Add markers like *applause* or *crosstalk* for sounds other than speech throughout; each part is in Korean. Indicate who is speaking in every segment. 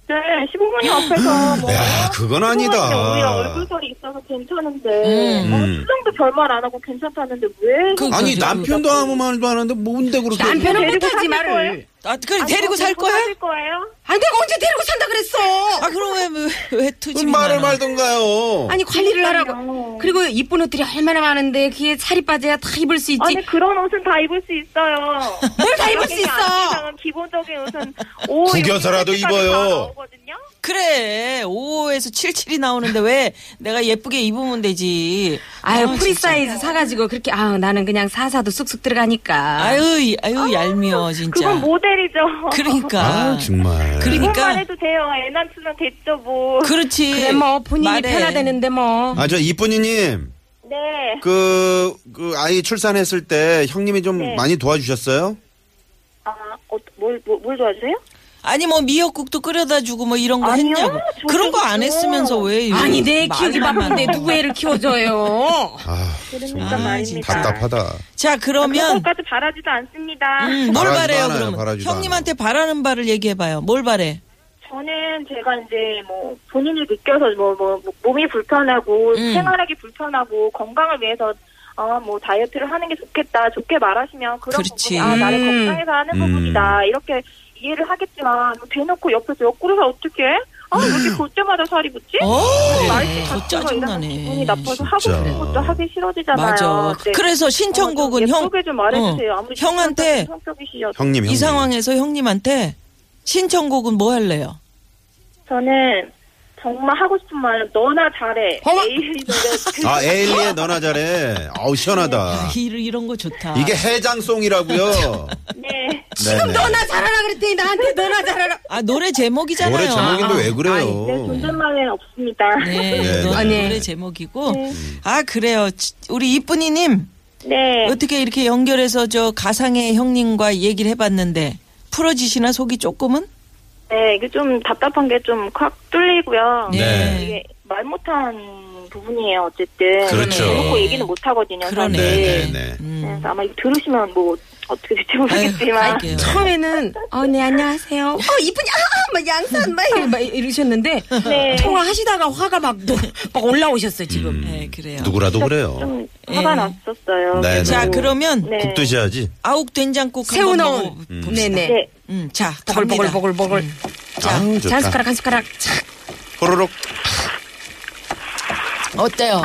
Speaker 1: 네,
Speaker 2: 음.
Speaker 1: 시부모님 앞에서 뭐
Speaker 3: 야, 그건 아니다.
Speaker 1: 시부모님 오히려 얼굴결이 있어서 괜찮은데
Speaker 2: 음.
Speaker 1: 어, 수정도 별말 안 하고 괜찮다는데 왜?
Speaker 2: 그-
Speaker 3: 아니,
Speaker 2: 그래서-
Speaker 3: 남편도 아무 말도 안 하는데 뭔데 그렇게.
Speaker 4: 남편은
Speaker 1: 데리고
Speaker 4: 못하지
Speaker 1: 사는
Speaker 4: 말을.
Speaker 1: 거예요?
Speaker 2: 아, 그래 데리고
Speaker 1: 뭐
Speaker 2: 살 거야?
Speaker 1: 살 거예요?
Speaker 4: 아니 내가 언제 데리고 산다 그랬어?
Speaker 2: 아 그럼 왜왜 투지?
Speaker 3: 무슨 말을 말던가요.
Speaker 4: 아니 관리를 하라고.
Speaker 1: 그러니까요.
Speaker 4: 그리고 이쁜 옷들이 얼마나 많은데 그게 살이 빠져야 다 입을 수 있지.
Speaker 1: 아니 그런 옷은 다 입을 수 있어요.
Speaker 4: 뭘 다 입을 수 있어?
Speaker 1: 안경은 기본적인 옷은 오,
Speaker 3: 구겨서라도
Speaker 1: 이렇게 까지
Speaker 3: 입어요.
Speaker 1: 다 나오거든요?
Speaker 2: 그래 5에서 77이 나오는데 왜 내가 예쁘게 입으면 되지?
Speaker 4: 아유
Speaker 2: 아,
Speaker 4: 프리
Speaker 2: 진짜.
Speaker 4: 사이즈 사가지고 그렇게 아 나는 그냥 사사도 쑥쑥 들어가니까.
Speaker 2: 아유 이- 아유 얄미워 진짜.
Speaker 4: 뭐
Speaker 1: 그건 모델이죠.
Speaker 2: 그러니까.
Speaker 3: 아, 정말.
Speaker 2: 그러니까.
Speaker 1: 그것만 해도 돼요. 애 남친은 됐죠 뭐.
Speaker 2: 그렇지.
Speaker 4: 그래 뭐 본인이
Speaker 2: 말해.
Speaker 4: 편하다는데 뭐.
Speaker 3: 아, 저 이쁜이님.
Speaker 1: 네.
Speaker 3: 그, 그, 아이 출산했을 때 형님이 좀
Speaker 1: 네.
Speaker 3: 많이 도와주셨어요?
Speaker 1: 아뭘뭘 뭐, 뭘 도와주세요?
Speaker 2: 아니 뭐 미역국도 끓여다 주고 뭐 이런 거
Speaker 1: 아니요,
Speaker 2: 했냐고.
Speaker 1: 저도
Speaker 2: 그런 거 안
Speaker 1: 그거.
Speaker 2: 했으면서 왜
Speaker 4: 뭐. 아니 내
Speaker 2: 말을
Speaker 4: 키우기
Speaker 2: 안
Speaker 4: 바쁜데
Speaker 2: 하나.
Speaker 4: 누구 애를 키워줘요?
Speaker 3: 아,
Speaker 1: 그러니까 말입니다.
Speaker 3: 답답하다.
Speaker 2: 자 그러면
Speaker 1: 그것까지 바라지도
Speaker 4: 아,
Speaker 1: 않습니다.
Speaker 2: 음, 뭘
Speaker 3: 바라지도
Speaker 2: 바래요
Speaker 3: 않아요,
Speaker 2: 그러면
Speaker 3: 바라지도
Speaker 2: 형님한테 바라는 바를 얘기해 봐요. 뭘 바래?
Speaker 1: 저는 제가 이제 뭐 본인이 느껴서 뭐, 뭐, 뭐 몸이 불편하고
Speaker 2: 음.
Speaker 1: 생활하기 불편하고 건강을 위해서 아 뭐 다이어트를 하는 게 좋겠다 좋게 말하시면 그런
Speaker 2: 그렇지.
Speaker 1: 부분이 아 나를
Speaker 4: 음.
Speaker 1: 건강해서 하는
Speaker 3: 음.
Speaker 1: 부분이다 이렇게 이해를 하겠지만 뭐 대놓고 옆에서 옆구리가 어떻게 아왜 이렇게 볼 때마다 살이 붙지?
Speaker 2: 음. 어,
Speaker 1: 말씨
Speaker 2: 더
Speaker 1: 같은 거 이런
Speaker 2: 짜증나네.
Speaker 1: 기분이 나빠서 하고
Speaker 3: 네. 진짜.
Speaker 1: 싶은 것도 하기 싫어지잖아요.
Speaker 2: 맞아.
Speaker 1: 네.
Speaker 2: 그래서
Speaker 1: 어,
Speaker 2: 신청곡은
Speaker 1: 좀
Speaker 2: 형 어.
Speaker 1: 예쁘게 좀 말해주세요. 아무리
Speaker 2: 형한테
Speaker 1: 직선적인 성격이시여
Speaker 3: 형님, 형님.
Speaker 2: 이 상황에서 형님한테 신청곡은 뭐 할래요?
Speaker 1: 저는 정말 하고 싶은 말은 너나 잘해. 에이 노래
Speaker 3: 아, 에일리의 너나 잘해. 아우, 시원하다.
Speaker 2: 아, *laughs* 이- 이런 거 좋다.
Speaker 3: 이게
Speaker 2: *laughs*
Speaker 3: 해장송이라고요.
Speaker 1: 네.
Speaker 3: 지금
Speaker 4: 너나 잘하라 그랬더니 나한테 너나 잘하라.
Speaker 2: 아 노래 제목이잖아요. 아,
Speaker 3: 노래 제목인데 왜 그래요?
Speaker 1: 네, 존댓말은 없습니다.
Speaker 2: 네,
Speaker 3: 네,
Speaker 2: 노-
Speaker 4: 네.
Speaker 2: 노래 제목이고 아 그래요. 지- 우리 이쁜이님
Speaker 1: *laughs* 네.
Speaker 2: 어떻게 이렇게 연결해서 저 가상의 형님과 얘기를 해봤는데 풀어지시나 속이 조금은?
Speaker 1: 네, 이게 좀 답답한 게 좀 확 뚫리고요.
Speaker 3: 네.
Speaker 1: 이게 말 못한 부분이에요. 어쨌든 네,
Speaker 3: 그렇죠.
Speaker 1: 대놓고 얘기는 못 하거든요.
Speaker 2: 그러네. 음.
Speaker 3: 네,
Speaker 1: 사실.
Speaker 3: 네, 네.
Speaker 1: 그래서 아마 이거 들으시면 뭐 어떻게 될지 모르겠지만
Speaker 2: 갈게요.
Speaker 4: 처음에는 어 네 안녕하세요. 어 이쁘냐 아, 막 양산 막, 이러- 막 이러셨는데
Speaker 1: 네.
Speaker 4: 통화하시다가 화가 막, 너- 막 올라오셨어요 지금.
Speaker 2: 네, 그래요.
Speaker 3: 누구라도 그래요.
Speaker 1: 좀 화가
Speaker 2: 예.
Speaker 1: 났었어요.
Speaker 3: 음. 네, 네.
Speaker 2: 자,
Speaker 1: 그래서.
Speaker 2: 그러면
Speaker 1: 네.
Speaker 3: 국도 지어야지.
Speaker 2: 아욱 된장국
Speaker 4: 새우
Speaker 2: 한번
Speaker 4: 넣은
Speaker 2: 먹어 봅시다.
Speaker 4: 네네
Speaker 1: 네.
Speaker 2: 음, 자, 갑니다.
Speaker 4: 보글보글보글보글
Speaker 3: 아,
Speaker 4: 자, 한
Speaker 3: 좋다.
Speaker 4: 숟가락 한 숟가락 착
Speaker 3: 호로록.
Speaker 2: 어때요?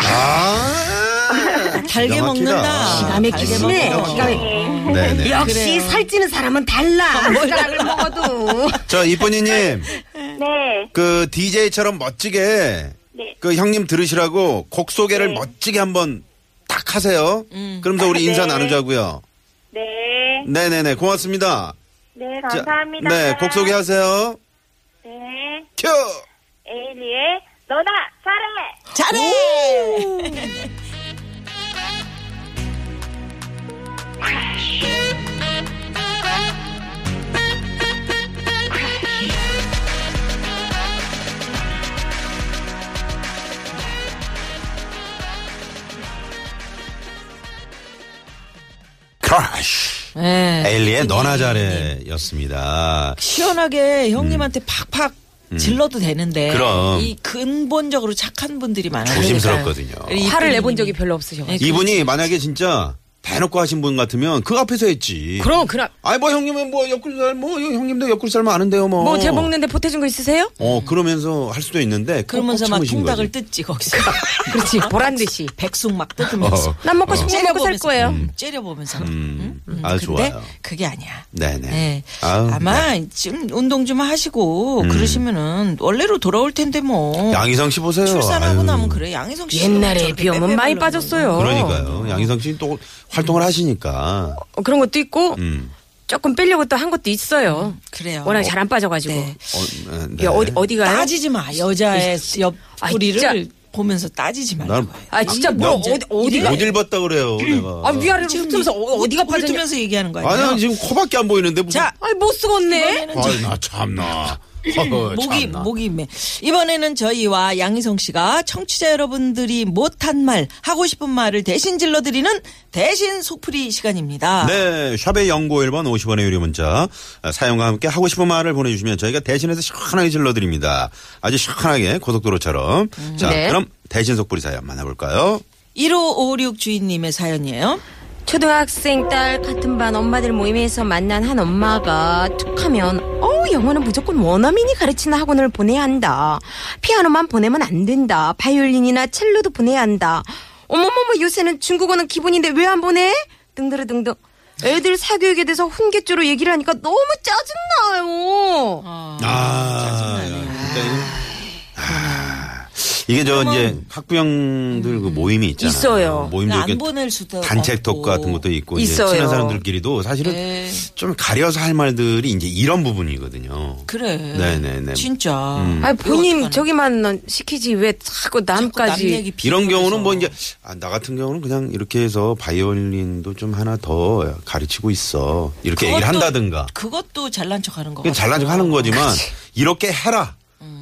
Speaker 3: 아.
Speaker 2: *laughs* 달게
Speaker 3: 기가 막히다.
Speaker 2: 먹는다.
Speaker 4: 남의 그 기심에
Speaker 3: 먹어.
Speaker 4: 기가 막히게.
Speaker 3: 네, 네.
Speaker 4: 역시 살찌는 사람은 달라 한 숟가락을 먹어도
Speaker 3: 저 이쁜이님,
Speaker 1: 네.
Speaker 3: 그 DJ처럼 멋지게
Speaker 1: 네.
Speaker 3: 그 형님 들으시라고 곡 소개를
Speaker 1: 네.
Speaker 3: 멋지게 한번 딱 하세요.
Speaker 2: 음.
Speaker 3: 그러면서 우리
Speaker 1: 아,
Speaker 3: 인사
Speaker 1: 네.
Speaker 3: 나누자고요.
Speaker 1: 네.
Speaker 3: 네, 네, 네. 고맙습니다.
Speaker 1: 네,
Speaker 3: 자,
Speaker 1: 감사합니다.
Speaker 3: 네, 곡 소개하세요.
Speaker 1: 네.
Speaker 3: 큐.
Speaker 1: 에일리의 너나 사랑해.
Speaker 2: 잘해.
Speaker 3: 크라쉬.
Speaker 2: 네.
Speaker 3: 에일리의 너나 잘해였습니다.
Speaker 2: 시원하게 형님한테 팍팍 질러도 되는데
Speaker 3: 음. 그럼.
Speaker 2: 이 근본적으로 착한 분들이 많아요.
Speaker 3: 조심스럽거든요.
Speaker 2: 그러니까
Speaker 4: 화를 내본 적이 네. 별로 없으셔.
Speaker 2: 그
Speaker 3: 이분이 만약에 진짜 대놓고 하신 분 같으면 그 앞에서 했지.
Speaker 4: 그럼 그럼
Speaker 3: 아이 뭐 형님은 뭐 옆구리살 뭐 형님도 옆구리살 많은데요 뭐.
Speaker 4: 뭐제 먹는데 보태준 거 있으세요?
Speaker 3: 어 그러면서 할 수도 있는데
Speaker 2: 그러면서 막 통닭을
Speaker 3: 을
Speaker 2: 뜯지 거기서 *laughs*
Speaker 4: 그렇지 보란 듯이
Speaker 2: 백숙 막 뜯으면서
Speaker 4: 난 먹고 싶은 거 먹고 살
Speaker 2: 째려보면서
Speaker 4: 거예요.
Speaker 2: 째려보면서
Speaker 3: 어. 음, 아
Speaker 2: 근데
Speaker 3: 좋아요.
Speaker 2: 그게 아니야.
Speaker 3: 네네.
Speaker 2: 네.
Speaker 3: 아우, 음.
Speaker 2: 아마 지금 운동 좀 하시고 그러시면은 원래로 돌아올 텐데 뭐
Speaker 3: 양희성 씨 보세요.
Speaker 2: 출산하고
Speaker 3: 아유.
Speaker 2: 나면 그래 양희성 씨
Speaker 4: 옛날에 비염은 많이 빠졌어요.
Speaker 3: 그러니까요. 양희성 씨 또 활동을 하시니까.
Speaker 4: 어, 그런 것도 있고
Speaker 3: 음.
Speaker 4: 조금 빼려고 또 한 것도 있어요.
Speaker 2: 그래요.
Speaker 4: 워낙 잘 안 빠져가지고.
Speaker 2: 네. 아,
Speaker 3: 어, 네, 네.
Speaker 4: 야, 어디 어디 가요?
Speaker 2: 따지지 마 여자의
Speaker 4: 아,
Speaker 2: 옆구리를
Speaker 4: 진짜.
Speaker 2: 보면서 따지지 말고.
Speaker 3: 난-
Speaker 4: 아 진짜 뭐
Speaker 3: 언제-
Speaker 4: 어디 어디가?
Speaker 3: 어딜 봤다 그래요
Speaker 2: 음.
Speaker 3: 내가.
Speaker 4: 아 위아래로 훑으면서 어- 어디가
Speaker 2: 물
Speaker 4: 빠졌냐?
Speaker 2: 뜨면서 얘기하는 거야.
Speaker 3: 아니야 지금 코밖에 안 보이는데 무슨.
Speaker 2: 자,
Speaker 4: 아이 못 쓰겠네.
Speaker 3: 아이 나
Speaker 2: *laughs*
Speaker 3: 참나. 어허,
Speaker 2: 목이
Speaker 3: 아, 참나.
Speaker 2: 목이 매. 이번에는 저희와 양희성 씨가 청취자 여러분들이 못한 말 하고 싶은 말을 대신 질러드리는 대신 속풀이 시간입니다.
Speaker 3: 네, 샵의 영고 1번 50원의 유료 문자 아, 사용과 함께 하고 싶은 말을 보내주시면 저희가 대신해서 시원하게 질러드립니다. 아주 시원하게 고속도로처럼. 자,
Speaker 4: 네.
Speaker 3: 그럼 대신 속불이 사연 만나볼까요?
Speaker 2: 1556 주인님의 사연이에요.
Speaker 4: 초등학생 딸 같은 반 엄마들 모임에서 만난 한 엄마가 툭하면 어 영어는 무조건 원어민이 가르치는 학원을 보내야 한다. 피아노만 보내면 안 된다. 바이올린이나 첼로도 보내야 한다. 어머머머 요새는 중국어는 기본인데 왜 안 보내? 등등등등. 애들 사교육에 대해서 훈계조로 얘기를 하니까 너무 짜증나요.
Speaker 3: 아, 진짜 이거- 아, 이게 저 이제 학부형들 그 모임이 있잖아요.
Speaker 4: 있어요.
Speaker 3: 모임도
Speaker 2: 안
Speaker 3: 이렇게
Speaker 2: 보낼 수도
Speaker 3: 단체톡
Speaker 2: 없고.
Speaker 3: 같은 것도 그 있고 이제
Speaker 4: 있어요.
Speaker 3: 친한 사람들끼리도 사실은
Speaker 2: 네.
Speaker 3: 좀 가려서 할 말들이 이제 이런 부분이거든요.
Speaker 2: 그래.
Speaker 3: 네네네. 음.
Speaker 2: 진짜.
Speaker 4: 아니 본인
Speaker 2: 어떡하나.
Speaker 4: 저기만 시키지 왜 자꾸
Speaker 2: 자꾸 남
Speaker 4: 남까지
Speaker 2: 얘기
Speaker 3: 이런 경우는 뭐
Speaker 2: 비교해서.
Speaker 3: 이제 아, 나 같은 경우는 그냥 이렇게 해서 바이올린도 좀 하나 더 가르치고 있어 이렇게 얘기를
Speaker 2: 그것도-
Speaker 3: 한다든가
Speaker 2: 그것도 잘난 척하는 거.
Speaker 3: 그냥 잘난 척 하는
Speaker 2: 같고.
Speaker 3: 거지만 이렇게 해라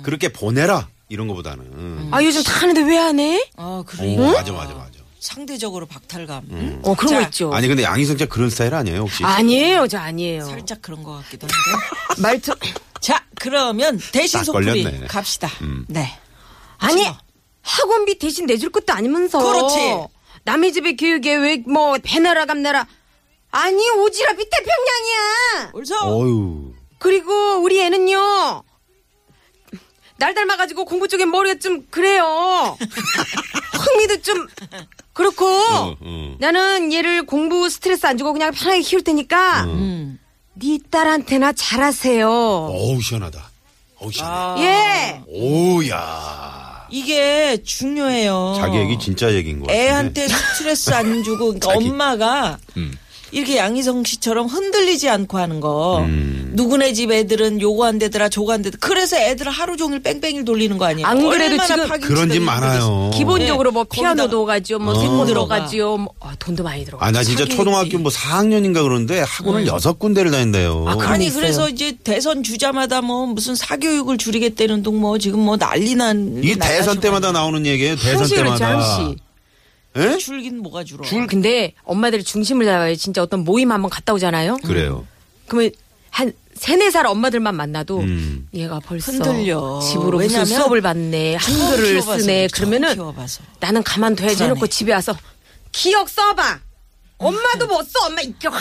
Speaker 3: 그렇게 보내라 이런 거보다는
Speaker 4: 아 요즘 다 하는데 왜 안 해?
Speaker 2: 아 그래.
Speaker 3: 오, 어, 맞아 맞아 맞아 음.
Speaker 2: 상대적으로 박탈감. 음.
Speaker 4: 어 그런
Speaker 2: 자,
Speaker 4: 거 있죠.
Speaker 3: 아니 근데 양희성 씨 그런 스타일 아니에요 혹시
Speaker 4: 아니에요, 저 아니에요.
Speaker 2: 살짝 그런 것 같기도 한데. *laughs*
Speaker 4: 말투
Speaker 2: 자, 그러면 대신
Speaker 3: 딱
Speaker 2: 속풀이
Speaker 3: 걸렸네. 음.
Speaker 2: 갑시다. 네.
Speaker 4: 아니
Speaker 2: 싫어.
Speaker 4: 학원비 대신 내줄 것도 아니면서
Speaker 2: 그렇지.
Speaker 4: 남의 집에 교육에 왜 뭐 배나라 감나라 아니 오지랖이 태평양이야.
Speaker 2: 올서
Speaker 3: 어유
Speaker 4: 그리고 우리 애는요 날 닮아가지고 공부 쪽에 머리가 좀
Speaker 2: *laughs*
Speaker 4: 그래요. 흥미도 좀 그렇고 나는 얘를 공부 스트레스 안 주고 그냥 편하게 키울 테니까
Speaker 2: 음.
Speaker 4: 네 딸한테나 잘하세요.
Speaker 3: 어우 시원하다 어우 시원해
Speaker 4: 예.
Speaker 3: 오야
Speaker 2: 아, 이게 중요해요.
Speaker 3: 자기 얘기 진짜 얘기인 거 같은데 *laughs*
Speaker 2: 애한테 스트레스 안 주고 그러니까
Speaker 3: 자기. 음.
Speaker 2: 엄마가 이렇게 양희성 씨처럼 흔들리지 않고 하는 거.
Speaker 3: 음.
Speaker 2: 누구네 집 애들은 요거 안 되더라 저거 안 되더라. 그래서 애들 하루 종일 뺑뺑이를 돌리는 거 아니에요?
Speaker 4: 안 그래도
Speaker 2: 얼마나
Speaker 4: 지금
Speaker 2: 파김치가
Speaker 3: 그런 집
Speaker 2: 있는지 모르겠어요. 예.
Speaker 3: 많아요.
Speaker 4: 기본적으로 뭐
Speaker 2: 거기다가-
Speaker 4: 피아노도 가지요, 뭐 생모도
Speaker 2: 들어가.
Speaker 4: 가지요, 뭐, 아, 돈도 많이 들어가.
Speaker 3: 아, 나 진짜 초등학교 뭐 4학년인가 그러는데 학원을 여섯 군데를 다닌대요.
Speaker 4: 아, 그러니-
Speaker 2: 아니
Speaker 4: 있어요.
Speaker 2: 그래서 이제 대선 주자마다 뭐 무슨 사교육을 줄이겠다는 둥 뭐 지금 뭐 난리 난
Speaker 3: 이게
Speaker 2: 난리
Speaker 3: 대선
Speaker 2: 나셔가지고.
Speaker 3: 때마다 나오는 얘기예요. 대선
Speaker 4: 한시 그렇지
Speaker 3: 때마다.
Speaker 4: 한시.
Speaker 3: 예?
Speaker 2: 줄긴 뭐가 줄어.
Speaker 4: 줄 근데 엄마들이 중심을 잡아요. 진짜 어떤 모임 한번 갔다 오잖아요.
Speaker 3: 그래요.
Speaker 4: 그러면 한 세네 살 엄마들만 만나도
Speaker 3: 음.
Speaker 4: 얘가 벌써
Speaker 2: 흔들려.
Speaker 4: 집으로 무슨
Speaker 2: 왜냐면
Speaker 4: 수업을 받네 한글을
Speaker 2: 처음
Speaker 4: 쓰네
Speaker 2: 아, 키워봐서,
Speaker 4: 그러면은
Speaker 2: 처음 키워봐서.
Speaker 4: 나는 가만둬야지
Speaker 2: 불안해.
Speaker 4: 해놓고 집에 와서 기억 써봐 엄마도 못 써 엄마 이게 확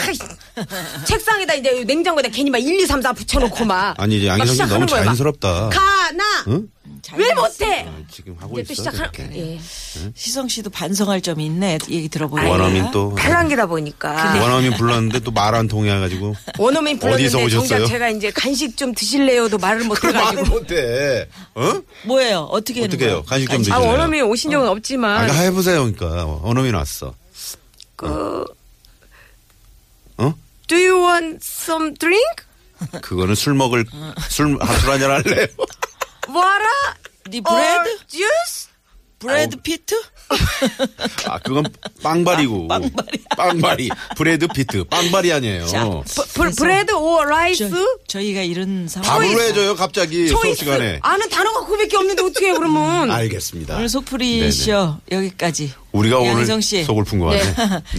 Speaker 4: 책상에다 이제 냉장고에다 괜히 막 1, 2, 3, 4 붙여놓고 막
Speaker 3: *laughs* 아니, 이제
Speaker 4: 막
Speaker 3: 양희성 씨
Speaker 4: 시작하는
Speaker 3: 너무
Speaker 4: 거예요, 막.
Speaker 3: 자연스럽다.
Speaker 4: 가나
Speaker 3: 응?
Speaker 4: 왜 못해
Speaker 3: 아, 지금 하고
Speaker 4: 이제 또
Speaker 3: 있어.
Speaker 4: 시작하는
Speaker 3: 그렇게.
Speaker 4: 예.
Speaker 2: 시성 씨도 반성할 점이 있네. 얘기 들어보니까.
Speaker 3: 원어민 또.
Speaker 4: 탈랑기다 보니까
Speaker 3: 원어민 불렀는데 또 말 안 통해 가지고.
Speaker 4: 원어민
Speaker 3: 어디서
Speaker 4: 불렀는데
Speaker 3: 오셨어요?
Speaker 4: 정작 제가 이제 간식 좀 드실래요도 말을
Speaker 3: 말을
Speaker 4: 못해가지고
Speaker 3: 못해. 어?
Speaker 2: 뭐예요? 어떻게 하는
Speaker 3: 어떻게 해요?
Speaker 2: 거예요?
Speaker 3: 간식 좀
Speaker 4: 아
Speaker 3: 드실래요?
Speaker 4: 원어민 오신 적은
Speaker 3: 아,
Speaker 4: 없지만
Speaker 3: 그러니까 해보세요. 그러니까 원어민 왔어.
Speaker 4: 그
Speaker 3: 어?
Speaker 4: Do you want some drink?
Speaker 3: 그거는 술 먹을 술 하술 한잔 할래요.
Speaker 4: Water?
Speaker 2: 네
Speaker 4: Bread?
Speaker 2: 브레드?
Speaker 4: juice?
Speaker 2: 브레드 피트?
Speaker 3: 아 그건 빵발이고 빵발이 빵발이 브레드 피트 빵발이 아니에요.
Speaker 2: 자,
Speaker 4: 브- 브레드 or rice?
Speaker 2: 저, 희가 이런 상황.
Speaker 3: 밥으로 해줘요 갑자기 수업
Speaker 4: 초이스?
Speaker 3: 시간에.
Speaker 4: 아는 단어가 900개 없는데 어떻게 해 그러면 예,
Speaker 3: 알겠습니다.
Speaker 2: 음. 오늘
Speaker 3: 네네.
Speaker 2: 속풀이 씨요 여기까지.
Speaker 3: 우리가
Speaker 2: 양희성
Speaker 3: 오늘
Speaker 2: 씨.
Speaker 3: 속을
Speaker 2: *laughs*
Speaker 3: 푼 거 같네.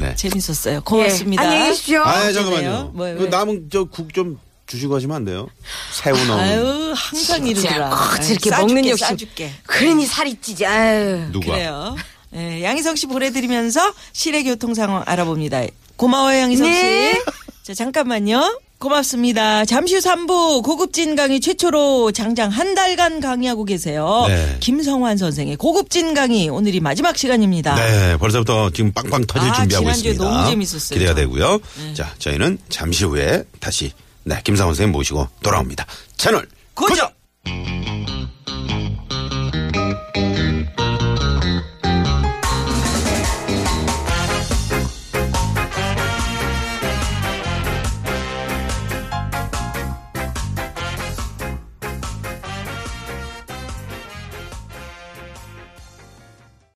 Speaker 3: 네.
Speaker 2: 재밌었어요. 고맙습니다.
Speaker 4: 예. 안녕히 계십시오
Speaker 3: 아
Speaker 2: 그래요?
Speaker 3: 잠깐만요.
Speaker 2: 뭐예요?
Speaker 3: 그
Speaker 2: 왜요?
Speaker 3: 남은 저 국 좀 주시고 하시면 안 돼요? 새우 넣은
Speaker 2: 아유 항상 이러더라.
Speaker 4: 아, 저렇게
Speaker 2: 아유,
Speaker 4: 먹는
Speaker 2: 싸줄게,
Speaker 4: 욕심
Speaker 2: 싸줄게.
Speaker 4: 그러니 살이 찌지 아유
Speaker 3: 누가?
Speaker 2: 그래요. 예, 양희성 씨 보내드리면서 실외 교통 상황 알아봅니다. 고마워요, 양희성
Speaker 4: 네.
Speaker 2: 씨. 자, 잠깐만요. 고맙습니다. 잠시 후 3부 고급진 강의 최초로 장장 한 달간 강의하고 계세요.
Speaker 3: 네.
Speaker 2: 김성환 선생의 고급진 강의 오늘이 마지막 시간입니다.
Speaker 3: 네, 벌써부터 지금 빵빵 터질
Speaker 2: 아,
Speaker 3: 준비하고
Speaker 2: 지난주에
Speaker 3: 있습니다.
Speaker 2: 너무 재밌었어요.
Speaker 3: 기대가
Speaker 2: 저. 네.
Speaker 3: 되고요. 자, 저희는 잠시 후에 다시 네, 김상원 선생님 모시고 돌아옵니다. 채널 고정!